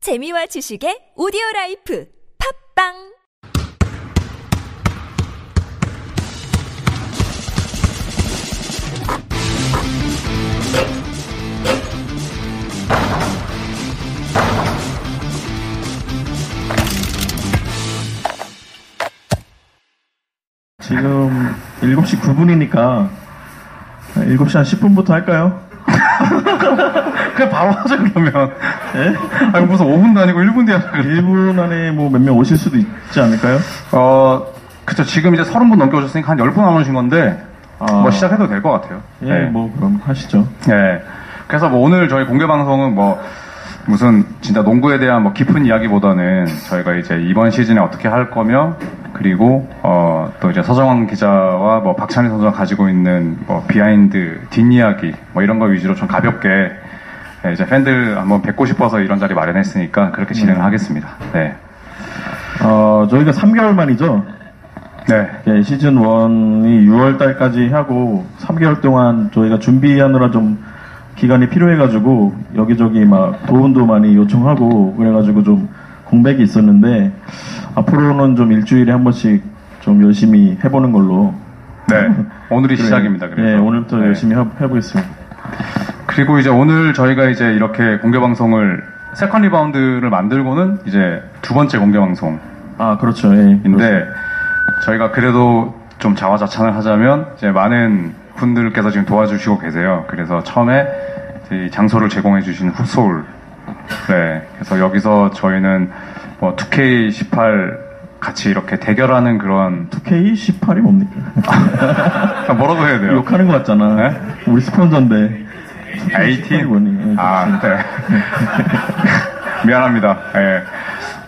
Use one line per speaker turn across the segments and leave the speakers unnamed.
재미와 지식의 오디오 라이프 팝빵
지금 7시 9분이니까 7시 한 10분부터 할까요?
그냥 바로 하자 그러면
예?
아니 무슨 5분도 아니고 1분 뒤에 하자 그래
1분 안에 뭐 몇 명 오실 수도 있지 않을까요?
어 그쵸 지금 이제 30분 넘게 오셨으니까 한 10분 남으신 건데
아.
뭐 시작해도 될 것 같아요
예,
네.
뭐 그럼 하시죠.
예. 그래서 뭐 오늘 저희 공개 방송은 뭐 무슨 진짜 농구에 대한 뭐 깊은 이야기보다는 저희가 이제 이번 시즌에 어떻게 할 거며 그리고 어 또 이제 서정환 기자와 뭐 박찬희 선수가 가지고 있는 뭐 비하인드 뒷이야기 뭐 이런 거 위주로 좀 가볍게 예, 이제 팬들 한번 뵙고 싶어서 이런 자리 마련했으니까 그렇게 진행을 하겠습니다. 네.
어, 저희가 3개월 만이죠.
네.
예, 시즌 1이 6월 달까지 하고 3개월 동안 저희가 준비하느라 좀 기간이 필요해가지고 여기저기 막 도움도 많이 요청하고 그래가지고 좀 공백이 있었는데 앞으로는 좀 일주일에 한 번씩 좀 열심히 해보는 걸로
네. 오늘이 시작입니다. 그래서.
예, 오늘부터
네.
열심히 해- 해보겠습니다.
그리고 이제 오늘 저희가 이제 이렇게 공개 방송을 세컨 리바운드를 만들고는 이제 두 번째 공개 방송인데
아 그렇죠. 예.
저희가 그래도 좀 자화자찬을 하자면 이제 많은 분들께서 지금 도와주시고 계세요. 그래서 처음에 이제 이 장소를 제공해 주신 후소울 네. 그래서 여기서 저희는 뭐 2K18 같이 이렇게 대결하는 그런 아,
K18이 뭡니까?
뭐라고 해야 돼요?
욕하는 것 같잖아.
네?
우리 스폰서인데. 예, 그렇죠.
AT?
뭐니?
아, 네. 미안합니다. 예.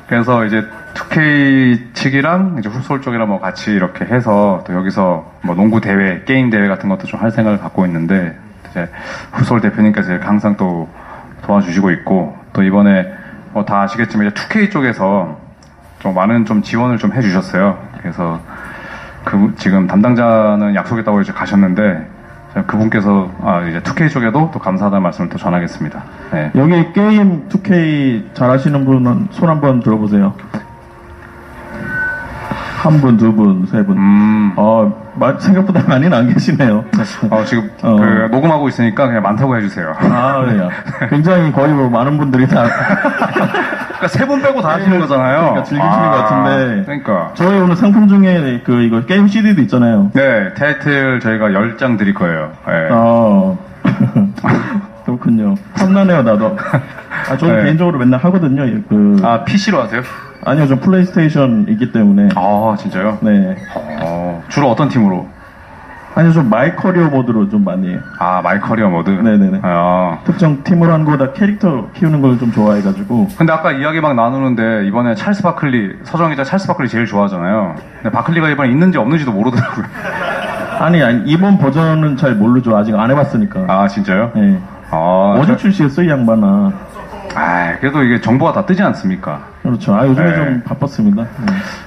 그래서 이제 2K 측이랑 이제 훅솔 쪽이랑 뭐 같이 이렇게 해서 또 여기서 뭐 농구 대회, 게임 대회 같은 것도 좀 할 생각을 갖고 있는데 이제 훅솔 대표님께서 이렇게 항상 또 도와주시고 있고 또 이번에 뭐 다 아시겠지만 이제 2K 쪽에서 좀 많은 좀 지원을 좀 해주셨어요. 그래서 그 지금 담당자는 약속했다고 이제 가셨는데 제가 그분께서 아, 이제 2K 쪽에도 또 감사하다는 말씀을 또 전하겠습니다. 네.
여기 게임 2K 잘하시는 분은 손 한번 들어보세요. 한 분, 두 분, 세 분.
음,
어, 마- 생각보다 많이는 안 계시네요.
어, 지금
어.
그 녹음하고 있으니까 그냥 많다고 해주세요.
아, 그래요. 굉장히 거의 뭐 많은 분들이 다.
그러니까 세 분 빼고 다 하시는 거잖아요.
그러니까 즐기시는 것 같은데.
그러니까.
저희 오늘 상품 중에 그 이거 게임 CD도 있잖아요.
네, 타이틀 저희가 10장 드릴 거예요. 네.
어. 그렇군요. 탐나네요, 나도. 아, 저는
네.
개인적으로 맨날 하거든요. 그,
아, PC로 하세요?
아, 니요저 플레이스테이션이기 때문에.
아, 진짜요?
네.
어, 주로 어떤 팀으로?
아니요, 좀 마이커리어 모드로 좀 많이 해요.
아, 마이커리어 모드?
네네네.
아,
특정 팀으로 한 거다 캐릭터 키우는 걸 좀 좋아해가지고.
근데 아까 이야기 막 나누는데 이번에 찰스 바클리 서정 기자 찰스 바클리 제일 좋아하잖아요. 근데 바클리가 이번에 있는지 없는지도 모르더라고요.
아니, 아니, 이번 버전은 잘 모르죠. 아직 안 해봤으니까.
아 진짜요?
네.
아,
어제
저-
출시했어, 이 양반아.
아, 그래도 이게 정보가 다 뜨지 않습니까?
그렇죠. 아, 요즘에
네.
좀 바빴습니다. 네.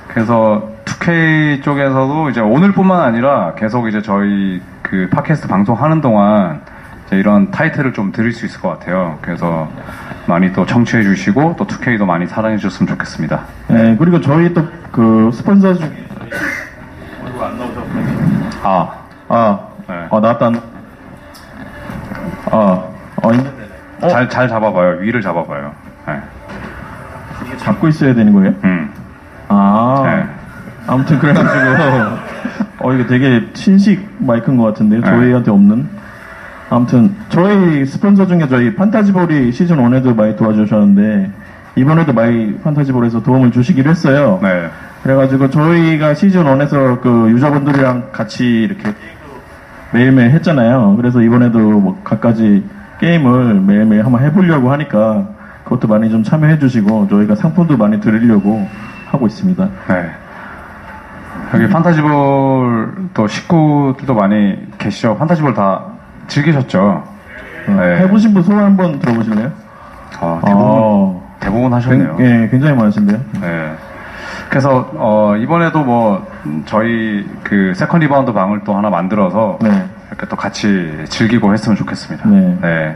그래서 2K 쪽에서도 이제 오늘뿐만 아니라 계속 이제 저희 그 팟캐스트 방송하는 동안 이제 이런 타이틀을 좀 드릴 수 있을 것 같아요. 그래서 많이 또 청취해 주시고 또 2K도 많이 사랑해 주셨으면 좋겠습니다.
네, 그리고 저희 또 그 스폰서 중에.
아,
아,
네.
아 나왔다. 안- 아, 어, 이제
잘 잘 잡아봐요. 위를 잡아봐요. 네.
잡고 있어야 되는 거예요?
음.
아,
네.
아무튼 그래가지고, 어, 이거 되게 신식 마이크인 것 같은데요? 저희한테 없는? 아무튼, 저희 스폰서 중에 저희 판타지볼이 시즌 1에도 많이 도와주셨는데, 이번에도 많이 판타지볼에서 도움을 주시기로 했어요.
네.
그래가지고 저희가 시즌 1에서 그 유저분들이랑 같이 이렇게 매일매일 했잖아요. 그래서 이번에도 뭐 갖가지 게임을 매일매일 한번 해보려고 하니까 그것도 많이 좀 참여해주시고 저희가 상품도 많이 드리려고 하고 있습니다.
네. 여기 판타지볼 또 식구들도 많이 계시죠. 판타지볼 다 즐기셨죠.
어,
네.
해보신 분 소원 한번 들어보실래요?
아, 대부분
어,
대부분 하셨네요.
굉- 예, 굉장히 많으신데요.
네. 그래서 어, 이번에도 뭐 음, 저희 그 세컨 리바운드 방을 또 하나 만들어서
네.
이렇게 또 같이 즐기고 했으면 좋겠습니다.
네.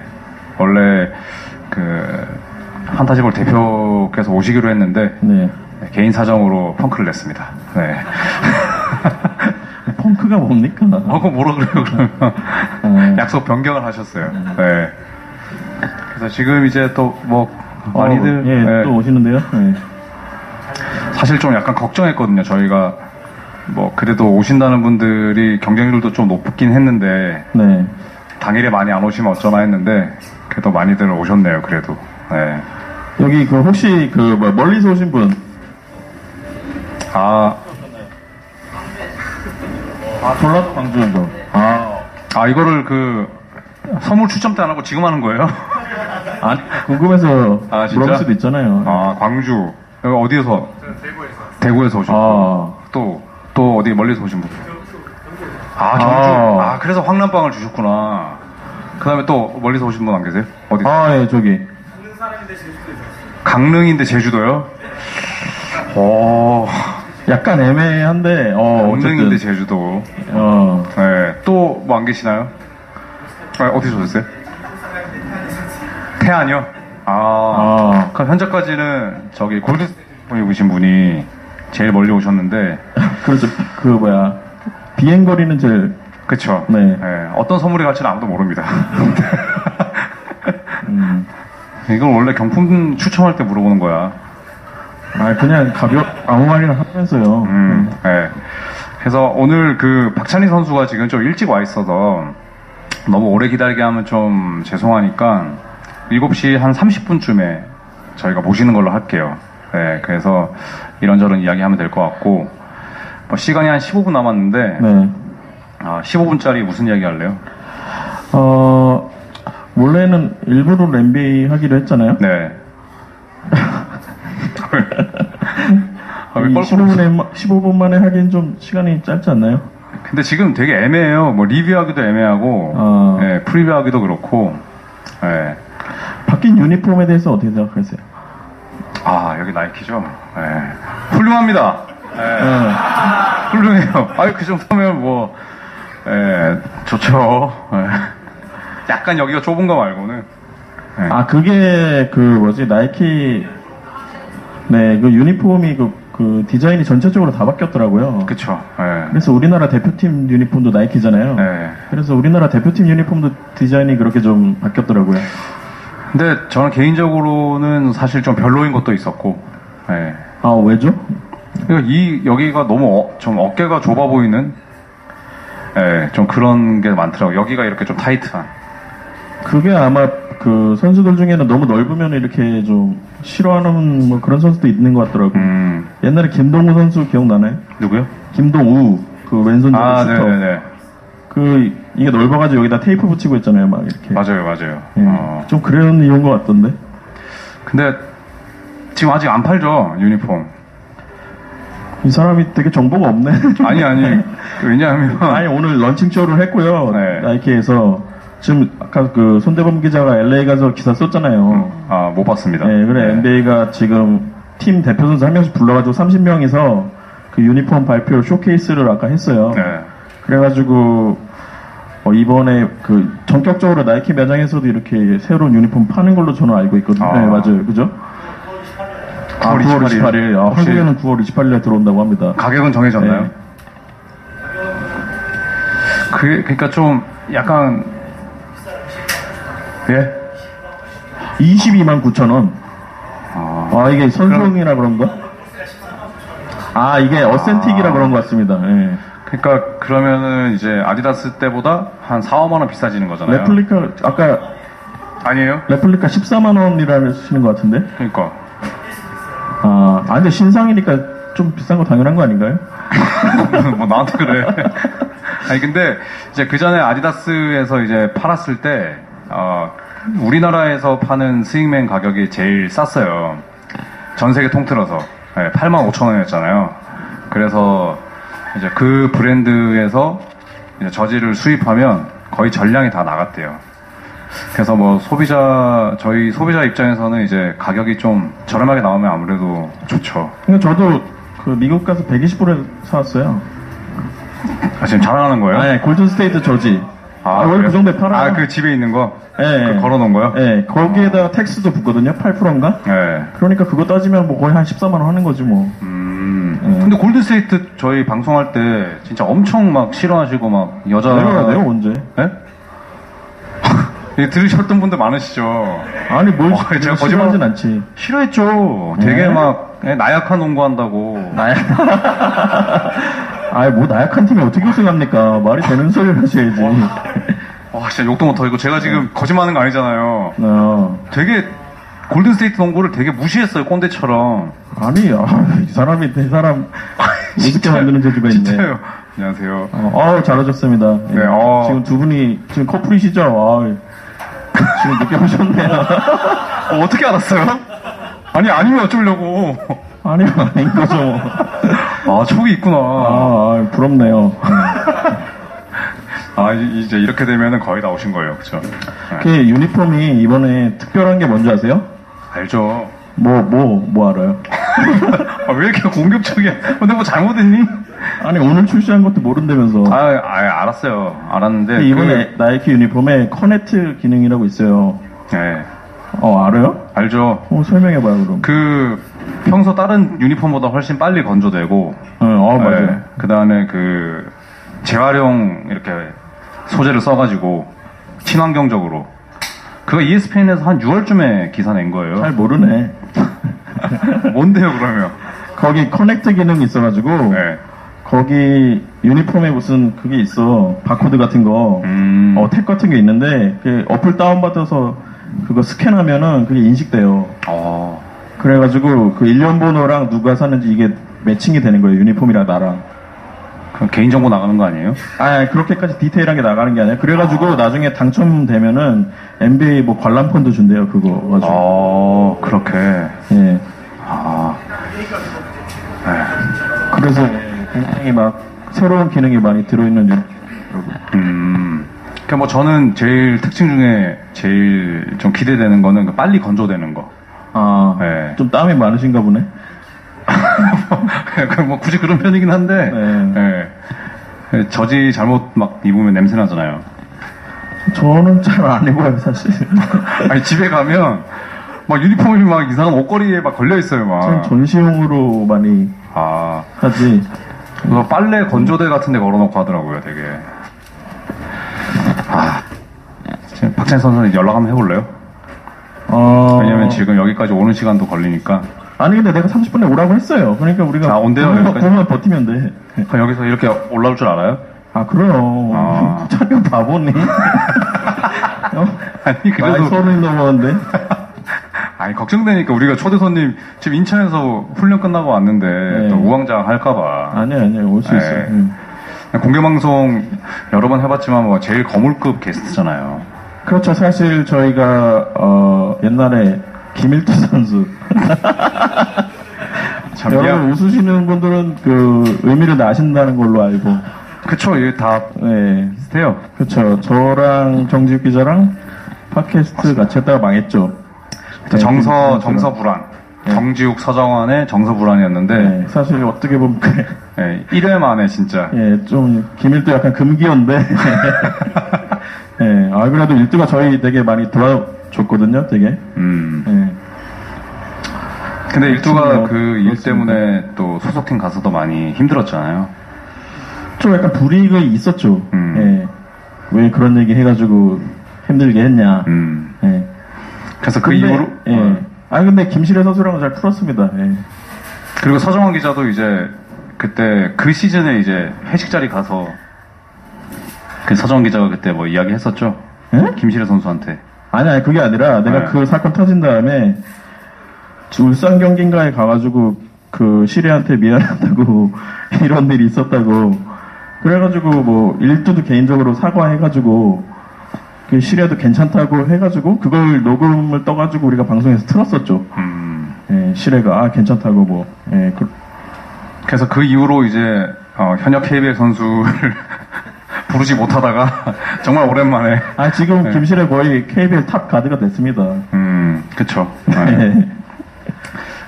원래 네. 그 판타지볼 대표께서 오시기로 했는데
네.
네, 개인 사정으로 펑크를 냈습니다. 네.
펑크가 뭡니까?
아, 그거 뭐라 그래요, 그러면.
음.
약속 변경을 하셨어요. 네. 그래서 지금 이제 또, 뭐, 많이들.
어, 예,
네.
또 오시는데요. 네.
사실 좀 약간 걱정했거든요. 저희가 뭐 그래도 오신다는 분들이 경쟁률도 좀 높긴 했는데
네.
당일에 많이 안 오시면 어쩌나 했는데 그래도 많이들 오셨네요. 그래도. 네.
여기 그 혹시 그 뭐, 멀리서 오신 분
아,
아, 전라도 광주에서. 아,
아 이거를 그 선물 추첨 때 안 하고 지금 하는 거예요?
아니, 궁금해서
아, 진짜?
물어볼 수도 있잖아요.
아 광주 여기 어디에서? 대구에서. 대구에서 오신 분.
아,
또또 어디 멀리서 오신 분? 아 경주.
아.
아 그래서 황남빵을 주셨구나. 그다음에 또 멀리서 오신 분 안 계세요? 어디?
아, 예, 저기.
강릉인데 제주도요? 오,
약간 애매한데,
아,
어, 어쨌든.
어, 강릉인데 제주도.
어,
네. 또 뭐 안 계시나요? 아, 어디서 오셨어요? 태안이요? 아,
아,
그럼 현재까지는 저기 골드 분이 오신 분이 제일 멀리 오셨는데,
그렇죠. 그 뭐야. 비행거리는 제일,
그쵸?
네.
어떤 선물이 갈지는 아무도 모릅니다.
음,
이건 원래 경품 추첨할 때 물어보는 거야.
아, 그냥 가볍, 아무 말이나 하면서요.
음, 예. 그래서 오늘 그 박찬희 선수가 지금 좀 일찍 와 있어서 너무 오래 기다리게 하면 좀 죄송하니까 7시 한 30분쯤에 저희가 모시는 걸로 할게요. 예, 그래서 이런저런 이야기하면 될 것 같고 뭐 시간이 한 15분 남았는데
네.
아, 15분짜리 무슨 이야기 할래요?
어, 원래는 일부러 NBA 하기로 했잖아요.
네.
음,
아, 왜
이
뻘쭘
15분, 15분 만에 하기엔 좀 시간이 짧지 않나요?
근데 지금 되게 애매해요. 뭐 리뷰하기도 애매하고,
아.
예, 프리뷰하기도 그렇고, 예.
바뀐 유니폼에 대해서 어떻게 생각하세요?
아 여기 나이키죠. 예. 훌륭합니다. 예.
네.
훌륭해요. 아유 그 정도면 뭐, 예, 좋죠. 예. 약간 여기가 좁은 거 말고는.
아, 그게 그 뭐지, 나이키, 네, 그 유니폼이 그, 그 디자인이 전체적으로 다 바뀌었더라고요.
그쵸. 예.
그래서 우리나라 대표팀 유니폼도 나이키잖아요.
예.
그래서 우리나라 대표팀 유니폼도 디자인이 그렇게 좀 바뀌었더라고요.
근데 저는 개인적으로는 사실 좀 별로인 것도 있었고, 예.
아 왜죠?
그러니까 이 여기가 너무 어- 좀 어깨가 좁아 보이는, 예, 좀 그런 게 많더라고. 요 여기가 이렇게 좀 타이트한.
그게 아마 그 선수들 중에는 너무 넓으면 이렇게 좀 싫어하는 뭐 그런 선수도 있는 것 같더라고요.
음,
옛날에 김동우 선수 기억나나요?
누구요?
김동우 그 왼손
아,
슈터
네네네.
그 이게 넓어가지고 여기다 테이프 붙이고 있잖아요, 막 이렇게.
맞아요, 맞아요.
예,
어.
좀 그런 이유인 것 같던데.
근데 지금 아직 안 팔죠 유니폼.
이 사람이 되게 정보가 없네.
아니 아니 왜냐하면
아니 네. 오늘 런칭 쇼를 했고요.
네.
나이키에서 지금 아까 그 손대범 기자가 LA 가서 기사 썼잖아요.
아 못 봤습니다.
네, 그래
네.
NBA가 지금 팀 대표 선수 한 명씩 불러가지고 30명이서 그 유니폼 발표 쇼케이스를 아까 했어요.
네.
그래가지고 어, 이번에 그 전격적으로 나이키 매장에서도 이렇게 새로운 유니폼 파는 걸로 저는 알고 있거든요.
아.
네, 맞아요, 그죠? 아,
9월
9월
28일.
28일. 아,
혹시-
한국에는 9월 28일에 들어온다고 합니다.
가격은 정해졌나요?
네.
그 그러니까 좀 약간 예.
22만 9천 원.
아,
아 이게 선수용이라 그런가? 아 이게 어센틱이라 그런 것 같습니다. 예.
그러니까 그러면은 이제 아디다스 때보다 한 4, 5만 원 비싸지는 거잖아요.
레플리카 아까
아니에요?
레플리카 14만 원이라 하시는 것 같은데?
그러니까
아, 아 근데 신상이니까 좀 비싼 거 당연한 거 아닌가요?
뭐 나한테 그래. 아니 근데 이제 그 전에 아디다스에서 이제 팔았을 때 어, 우리나라에서 파는 스윙맨 가격이 제일 쌌어요. 전 세계 통틀어서 네, 8만 5천 원이었잖아요. 그래서 이제 그 브랜드에서 이제 저지를 수입하면 거의 전량이 다 나갔대요. 그래서 뭐 소비자 저희 소비자 입장에서는 이제 가격이 좀 저렴하게 나오면 아무래도 좋죠.
그러니까 저도 그 미국 가서 120불에 사왔어요.
아, 지금 자랑하는 거예요?
아, 예, 골든 스테이트 저지. 아, 원래
그래요?
그 정도에 팔아요.
아, 그 집에 있는 거?
예,
그
예.
걸어놓은 거요?
예, 거기에다가 텍스도 붙거든요. 8%인가?
예.
그러니까 그거 따지면 뭐 거의 한 14만 원 하는 거지 뭐.
음. 근데 골든스테이트 저희 방송할 때 진짜 엄청 막 싫어하시고 막 여자.
내려가네요 언제?
예? 예, 들으셨던 분들 많으시죠.
아니 뭘
어, 제가
거짓말하진
거짓말-
않지.
싫어했죠.
네.
되게 막 예, 나약한 농구한다고.
나야. 아이 뭐 나약한 팀이 어떻게 우승합니까? 말이 되는 소리를 하셔야지.
와, 아, 진짜 욕도 못하고 제가 지금
네.
거짓말하는 거 아니잖아요.
어.
되게 골든스테이트 농구를 되게 무시했어요. 꼰대처럼.
아니, 아, 이 사람이, 이 사람, 이렇게 만드는 재주가 있네.
진짜요. 안녕하세요.
어, 아우, 잘하셨습니다. 예.
네, 어.
지금 두 분이, 지금 커플이시죠? 아우, 지금 늦게 보셨네요.
어, 어떻게 알았어요? 아니 아니면 어쩌려고.
아니요, 아닌 거죠. 뭐.
아 촉이 있구나.
아, 아, 부럽네요.
아 이- 이제 이렇게 되면은 거의 다 오신 거예요, 그렇죠?
이렇게 유니폼이 이번에 특별한 게 뭔지 아세요?
알죠.
뭐, 뭐, 뭐 알아요?
아, 왜 이렇게 공격적이야? 근데 뭐 잘못했니?
아니, 오늘 출시한 것도 모른다면서.
아, 아, 알았어요. 알았는데
근데 네, 이번에 나이키 유니폼에 커넥트 기능이라고 있어요.
그, 예,
어, 알아요?
알죠.
어, 설명해봐요, 그럼.
그 평소 다른 유니폼보다 훨씬 빨리 건조되고,
어, 어, 맞아요.
그 다음에 그 재활용 이렇게 소재를 써가지고 친환경적으로 그거 E ESPN에서 한 6월쯤에 기사 낸 거예요.
잘 모르네.
뭔데요, 그러면?
거기 커넥트 기능이 있어가지고
네.
거기 유니폼에 무슨 그게 있어 바코드 같은 거,
음.
어, 택 같은 게 있는데 그 어플 다운 받아서 그거 스캔하면은 그게 인식돼요.
어.
그래가지고 그 일련 번호랑 누가 샀는지 이게 매칭이 되는 거예요 유니폼이랑 나랑.
그럼 개인정보 나가는 거 아니에요?
아 그렇게까지 디테일하게 나가는 게 아니라 그래가지고 나중에 당첨되면은 NBA 뭐 관람권도 준대요 그거 가지고.
어, 그렇게.
예.
아,
네. 그래서 굉장히 막 새로운 기능이 많이 들어있는 유니폼.
음. 그러니까 뭐 저는 제일 특징 중에 제일 좀 기대되는 거는 그 빨리 건조되는 거.
아,
네.
좀 땀이 많으신가 보네.
그뭐 굳이 그런 편이긴 한데,
네.
예. 저지 잘못 막 입으면 냄새 나잖아요.
저는 잘 안 입어요, 사실.
아니 집에 가면 막 유니폼이 막 이상한 옷걸이에 막 걸려 있어요,
저는
막.
전시용으로 많이
아,
하지.
그래서 빨래 건조대 같은데 걸어놓고 하더라고요, 되게. 아, 지금 박찬 선수는 연락 한번 해볼래요?
어...
왜냐면 지금 여기까지 오는 시간도 걸리니까
아니, 근데 내가 30분에 오라고 했어요. 그러니까 우리가.
아, 온대요,
보면,
여기까지?
보면 버티면 돼.
그럼 아, 여기서 이렇게 올라올 줄 알아요?
아, 그럼.
아.
자기가 바보니? 어?
아니
나이
그래도
서른이 넘었는데.
아니 걱정되니까 우리가 초대 손님 지금 인천에서 훈련 끝나고 왔는데
네.
또 우왕좌왕 할까봐
아니야, 아니야, 올 수 음.
네.
있어. 응.
공개 방송 여러 번 해봤지만 뭐 제일 거물급 게스트잖아요.
그렇죠. 사실 저희가, 어, 옛날에 김일두 선수.
참
여러분
미안.
웃으시는 분들은 그 의미를 아신다는 걸로 알고.
그쵸 이게 다
네.
비슷해요.
그렇죠. 저랑 정지욱 기자랑 팟캐스트 같이 했다가 망했죠. 네,
정서
김-
정서 불안. 정지욱 서정환의 정서 불안이었는데
네, 사실 어떻게 보면 그-
예, 1회 만에 진짜
예, 좀 김일도 약간 금기어인데. 예, 아 그래도 일두가 저희 되게 많이 도와줬거든요, 되게.
음.
예.
근데 일두가
아, 그렇군요.
그 일
그렇습니다.
때문에 또 소속팀 가서도 많이 힘들었잖아요.
좀 약간 불이익이 있었죠. 예.
음.
왜 그런 얘기 해가지고 힘들게 했냐.
음.
예.
그래서 그
근데-
이후로
예. 아 근데 김실의 선수랑은 잘 풀었습니다. 예.
그리고 서정환 기자도 이제 그때 그 시즌에 이제 회식 자리 가서 그 서정환 기자가 그때 뭐 이야기했었죠.
예?
김실애 선수한테.
아니, 아니, 그게 아니라 내가
네.
그 사건 터진 다음에 저 울산 경기인가에 가가지고 그 시리한테 미안하다고 이런 일이 있었다고 그래가지고 뭐 일두도 개인적으로 사과해가지고 그 시리아도 괜찮다고 해가지고 그걸 녹음을 떠가지고 우리가 방송에서 틀었었죠.
음.
예, 시레가 아 괜찮다고 뭐 예, 그,
그래서 그 이후로 이제 어, 현역 KBL 선수를 부르지 못하다가 정말 오랜만에.
아 지금
네.
김시레 거의 KBL 탑 가드가 됐습니다. 예.
음, 그쵸. 네.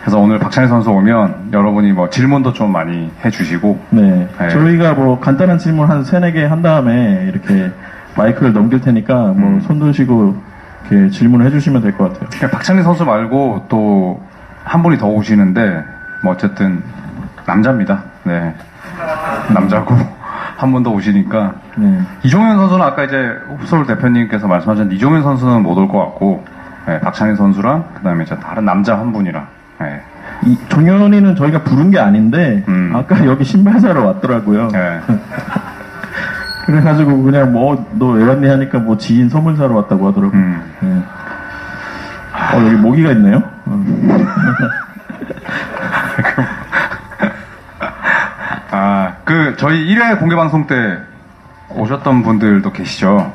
그래서 오늘 박찬희 선수 오면 여러분이 뭐 질문도 좀 많이 해주시고
네.
네.
저희가 뭐 간단한 질문 한 세네 개 한 다음에 이렇게 마이크를 넘길 테니까 뭐
음.
손 드시고 이렇게 질문을 해주시면 될 것 같아요.
그러니까 박찬희 선수 말고 또 한 분이 더 오시는데 뭐 어쨌든 남자입니다. 네 남자고 한 분 더 오시니까
네.
이종현 선수는 아까 이제 흡솔 대표님께서 말씀하신 이종현 선수는 못 올 것 같고 예, 박찬희 선수랑 그다음에 이제 다른 남자 한 분이랑 예,
이 종현이는 저희가 부른 게 아닌데
음.
아까 여기 신발 사러 왔더라고요.
예.
그래가지고 그냥 뭐 너 왜 왔니 하니까 뭐 지인 선물 사러 왔다고 하더라고요.
음.
네. 어 여기 모기가 있네요.
아, 그 저희 1회 공개 방송 때 오셨던 분들도 계시죠.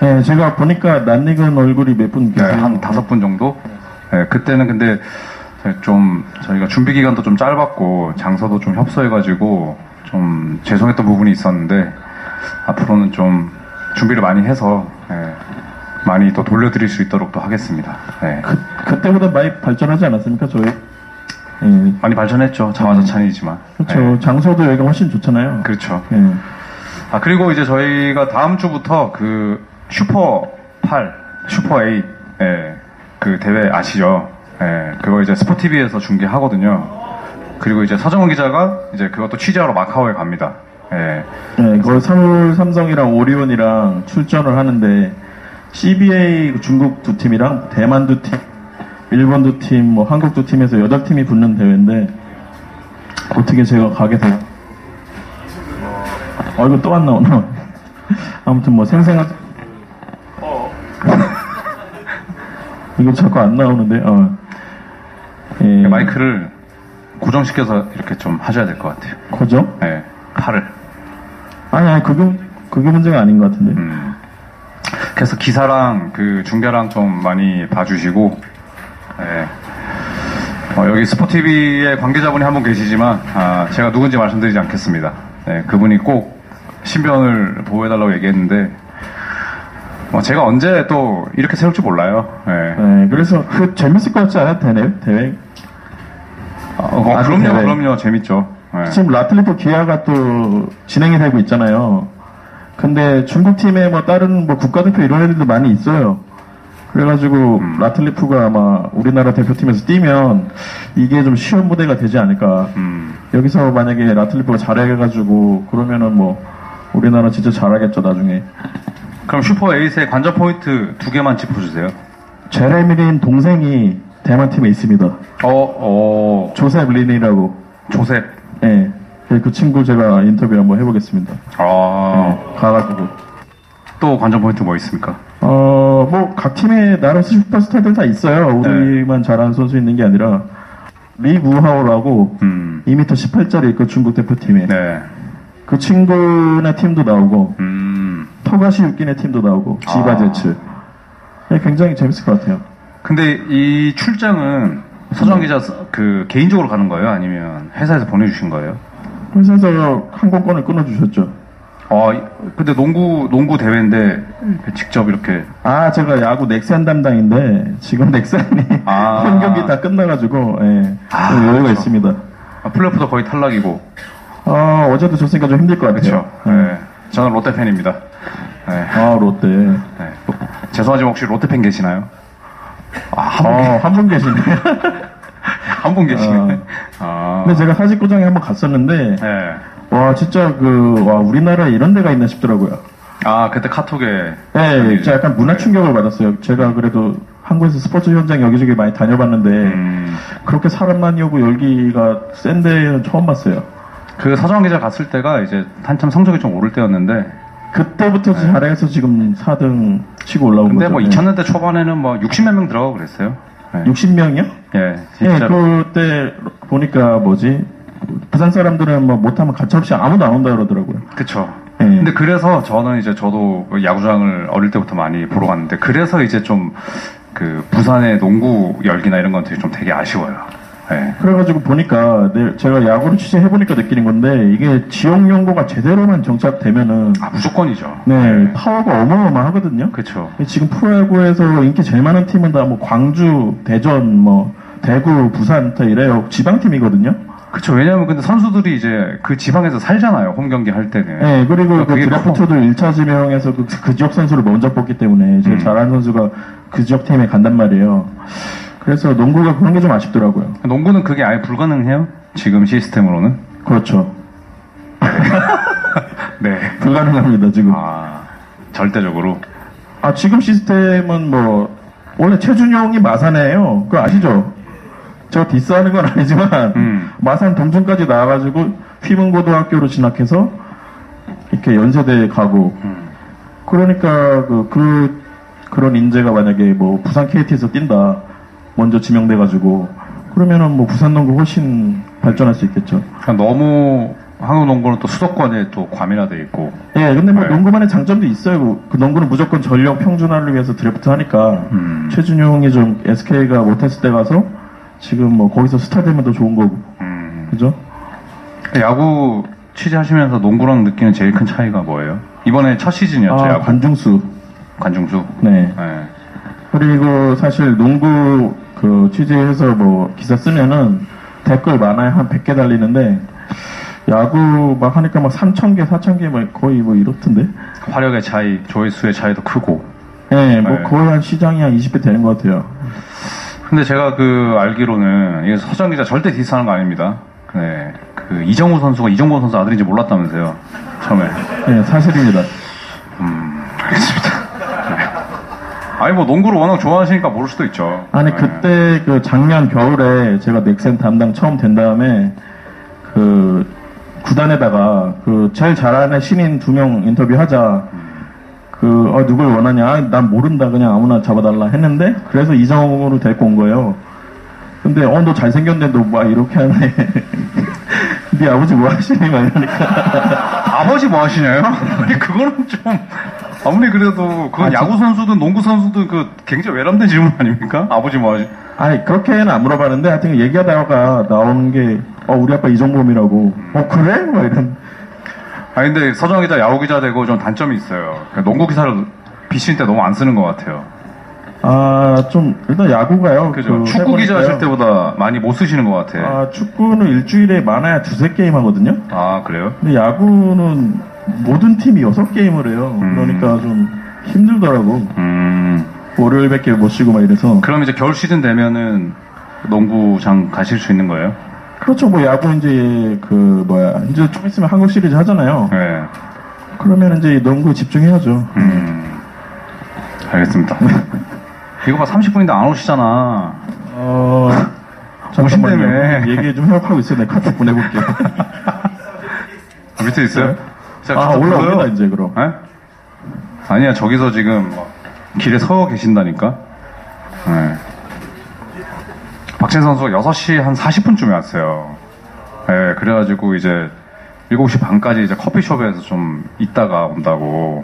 네, 제가 보니까 낯익은 얼굴이 몇 분
네,
계세요.
한 다섯 분 정도. 네, 그때는 근데 저희 좀 저희가 준비 기간도 좀 짧았고 장소도 좀 협소해가지고 좀 죄송했던 부분이 있었는데 앞으로는 좀 준비를 많이 해서 예, 많이 더 돌려드릴 수 있도록 또 하겠습니다. 예.
그때보다 많이 발전하지 않았습니까 저희? 예.
많이 발전했죠. 자화자찬이지만.
그렇죠.
예,
장소도 여기가 훨씬 좋잖아요.
그렇죠.
예.
아 그리고 이제 저희가 다음 주부터 그 슈퍼 8, 슈퍼 8, 예, 그 대회 아시죠? 예, 그거 이제 스포티비에서 중계하거든요. 그리고 이제 서정훈 기자가 이제 그것도 취재하러 마카오에 갑니다. 예,
네, 그 서울 삼성이랑 오리온이랑 출전을 하는데 CBA 중국 두 팀이랑 대만 두 팀, 일본 두 팀, 뭐 한국 두 팀에서 여덟 팀이 붙는 대회인데 어떻게 제가 가게 돼요? 어 이거 또 안 나오나? 아무튼 뭐 생생한 이거 자꾸 안 나오는데 어. 예,
마이크를 고정시켜서 이렇게 좀 하셔야 될 것 같아요.
고정?
예, 팔을.
아니 아니 그게 그게 문제가 아닌 것 같은데.
음. 그래서 기사랑 그 중계랑 좀 많이 봐주시고, 예. 어, 여기 스포티비의 관계자분이 한 분 계시지만, 아, 제가 누군지 말씀드리지 않겠습니다. 예, 그분이 꼭 신변을 보호해달라고 얘기했는데, 어, 제가 언제 또 이렇게 세울지 몰라요. 예.
네, 그래서 그 재밌을 것 같지 않아요? 대회? 대회?
어, 어,
아,
그럼요,
네.
그럼요. 재밌죠. 예.
지금 라틀리프 기아가 또 진행이 되고 있잖아요. 근데 중국 팀에 뭐 다른 뭐 국가대표 이런 애들도 많이 있어요. 그래가지고 라틀리프가 아마 우리나라 대표팀에서 뛰면 이게 좀 쉬운 무대가 되지 않을까.
음.
여기서 만약에 라틀리프가 잘해가지고 그러면은 뭐 우리나라 진짜 잘하겠죠 나중에.
그럼 슈퍼 에이스의 관전 포인트 두 개만 짚어주세요.
제레미린 동생이 대만 팀에 있습니다.
어, 음. 어,
조셉 린이라고.
조셉.
예. 그 친구 제가 인터뷰 한번 해보겠습니다.
아,
가가지고.
또 관전 포인트 뭐 있습니까?
어, 뭐, 각 팀에 나름 슈퍼스타들 다 있어요.
네.
우리만 잘하는 선수 있는 게 아니라. 리무하오라고
음.
2m18짜리 그 중국 대표팀에.
네.
그 친구네 팀도 나오고,
음.
토가시 유키네 팀도 나오고,
아.
지바제츠. 네, 굉장히 재밌을 것 같아요.
근데 이 출장은 서정
네.
기자 그 개인적으로 가는 거예요? 아니면 회사에서 보내주신 거예요?
회사에서 항공권을 끊어주셨죠.
아, 이- 근데 농구 농구 대회인데
음.
그 직접 이렇게
아, 제가 야구 넥센 담당인데, 지금 넥센이
아.
한 경기 다 끝나가지고, 예.
아,
좀 여유가
그렇죠.
있습니다.
아, 플레이오프도 거의 탈락이고
어, 어제도 졌으니까 좀 힘들 것 같아요. 예. 음.
그렇죠. 네. 저는 롯데 팬입니다. 네.
아, 롯데.
네. 죄송하지만 혹시 롯데 팬 계시나요?
어, 한 분 계시네.
한 분 계시네. 아,
근데 제가 사직구장에 한번 갔었는데,
네.
와, 진짜 그, 와, 우리나라에 이런 데가 있나 싶더라고요.
아 그때 카톡에
네, 제가 약간 문화 충격을 받았어요. 제가 그래도 한국에서 스포츠 현장 여기저기 많이 다녀봤는데,
음,
그렇게 사람 많이 오고 열기가 센 데는 처음 봤어요.
그 서정 기자 갔을 때가 이제 한참 성적이 좀 오를 때였는데
그때부터 잘해서 지금 4등 치고 올라온
근데
거죠. 네.
뭐 2000년대 초반에는 뭐 60몇 명 들어가고 그랬어요. 예,
60명이요?
예,
예,
진짜로.
그때 보니까 뭐지? 부산 사람들은 뭐 못하면 가차없이 아무도 안 온다 그러더라고요.
그쵸.
예.
근데 그래서 저는 이제 저도 그 야구장을 어릴 때부터 많이 보러 갔는데 그래서 이제 좀 그 부산의 농구 열기나 이런 건 되게 좀 되게 아쉬워요. 예.
그래가지고 보니까 내- 제가 야구를 취재해보니까 느끼는 건데 이게 지역 연구가 제대로만 정착되면은
아 무조건이죠.
네 파워가 어마어마하거든요.
그쵸.
지금 프로야구에서 인기 제일 많은 팀은 다 뭐 광주, 대전, 뭐 대구, 부산 다 이래요. 지방팀이거든요.
그쵸. 왜냐면 하 근데 선수들이 이제 그 지방에서 살잖아요. 홈 경기 할 때는.
네, 그리고
그러니까
그
그게
드래프트도 1차 지명에서 그, 그 지역 선수를 먼저 뽑기 때문에 제일 잘하는 선수가 그 지역 팀에 간단 말이에요. 그래서 농구가 그런 게 좀 아쉽더라고요.
농구는 그게 아예 불가능해요. 지금 시스템으로는.
그렇죠.
네.
불가능합니다, 지금.
아, 절대적으로.
아, 지금 시스템은 뭐, 원래 최준용이 마산에요. 그거 아시죠? 저 디스하는 건 아니지만,
음.
마산 동준까지 나와가지고, 휘문고등학교로 진학해서, 이렇게 연세대에 가고,
음.
그러니까, 그, 그, 그런 인재가 만약에 뭐, 부산 KT에서 뛴다, 먼저 지명돼가지고, 그러면은 뭐, 부산 농구 훨씬 발전할 수 있겠죠.
그러니까 너무 한국 농구는 또 수도권에 또 과밀화돼 있고.
예, 근데 뭐
네.
농구만의 장점도 있어요. 그 농구는 무조건 전력 평준화를 위해서 드래프트 하니까
음.
최준용이 좀 SK가 못했을 때 가서 지금 뭐 거기서 스타 되면 더 좋은 거고,
음.
그죠?
그 야구 취재하시면서 농구랑 느끼는 제일 큰 차이가 뭐예요? 이번에 첫 시즌이었죠,
아,
야구.
관중수.
관중수.
네.
네.
그리고 사실 농구 그 취재해서 뭐 기사 쓰면은 댓글 많아야 한 100개 달리는데 야구 막 하니까 막 3,000개, 4,000개 막 거의 뭐 이렇던데?
그 화력의 차이, 조회수의 차이도 크고.
예, 뭐
네.
거의 한 시장이 한 20배 되는 것 같아요.
근데 제가 그 알기로는 이게 서장 기자 절대 디스하는 거 아닙니다. 네. 그 이정우 선수가 이정권 선수 아들인지 몰랐다면서요. 처음에.
예, 사실입니다.
아니 뭐 농구를 워낙 좋아하시니까 모를 수도 있죠.
아니
네.
그때 그 작년 겨울에 제가 넥센 담당 처음 된 다음에 그 구단에다가 그 제일 잘하는 신인 두 명 인터뷰하자 그 어, 누굴 원하냐 아, 난 모른다 그냥 아무나 잡아달라 했는데 그래서 이정호를 데리고 온 거예요 근데 어 너 잘생겼는데 너 막 이렇게 하네 네 아버지 뭐 하시니 막 이러니까
아버지 뭐 하시냐요? 아니 그거는 좀 아무리 그래도 그건
아, 저-
야구 선수든 농구 선수든 그 굉장히 외람된 질문 아닙니까? 아버지 뭐 하시?
아니 그렇게는 안 물어봤는데 하여튼 얘기하다가 나오는 게 어 우리 아빠 이정범이라고 어 그래? 막 이런
아 근데 서정 기자 야구 기자 되고 좀 단점이 있어요. 그러니까 농구 기사를 비신 때 너무 안 쓰는 것 같아요.
아, 좀, 일단 야구가요.
그죠?
그
축구 기자
해보니까요.
하실 때보다 네. 많이 못 쓰시는 것 같아. 요
아, 축구는 일주일에 많아야 두세 게임 하거든요.
아 그래요?
근데 야구는 모든 팀이 여섯 게임을 해요.
음.
그러니까 좀 힘들더라고.
음.
월요일밖에 못 쉬고 막 이래서.
그럼 이제 겨울 시즌 되면은 농구장 가실 수 있는 거예요?
그렇죠. 뭐 야구 이제 그 뭐야. 이제 좀 있으면 한국 시리즈 하잖아요.
네.
그러면 이제 농구 집중해야죠.
음. 알겠습니다. 이거 봐, 30분인데 안 오시잖아.
어. 잠깐만요.
오신다며.
얘기 좀 협업하고 있어요. 내가 카톡 보내볼게요.
아, 밑에 있어요? 진짜
아,
가서
올라옵니다,
불러요.
이제 그럼.
예? 아니야, 저기서 지금 막 길에 서 계신다니까? 네. 예. 박진 선수가 6시 한 40분쯤에 왔어요. 예, 그래가지고 이제 7시 반까지 이제 커피숍에서 좀 있다가 온다고.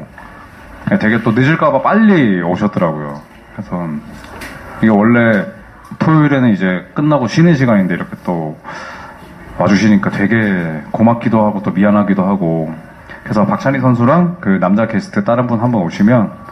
예, 되게 또 늦을까봐 빨리 오셨더라고요. 그래서 이게 원래 토요일에는 이제 끝나고 쉬는 시간인데 이렇게 또 와주시니까 되게 고맙기도 하고 또 미안하기도 하고 그래서 박찬희 선수랑 그 남자 게스트 다른 분 한 번 오시면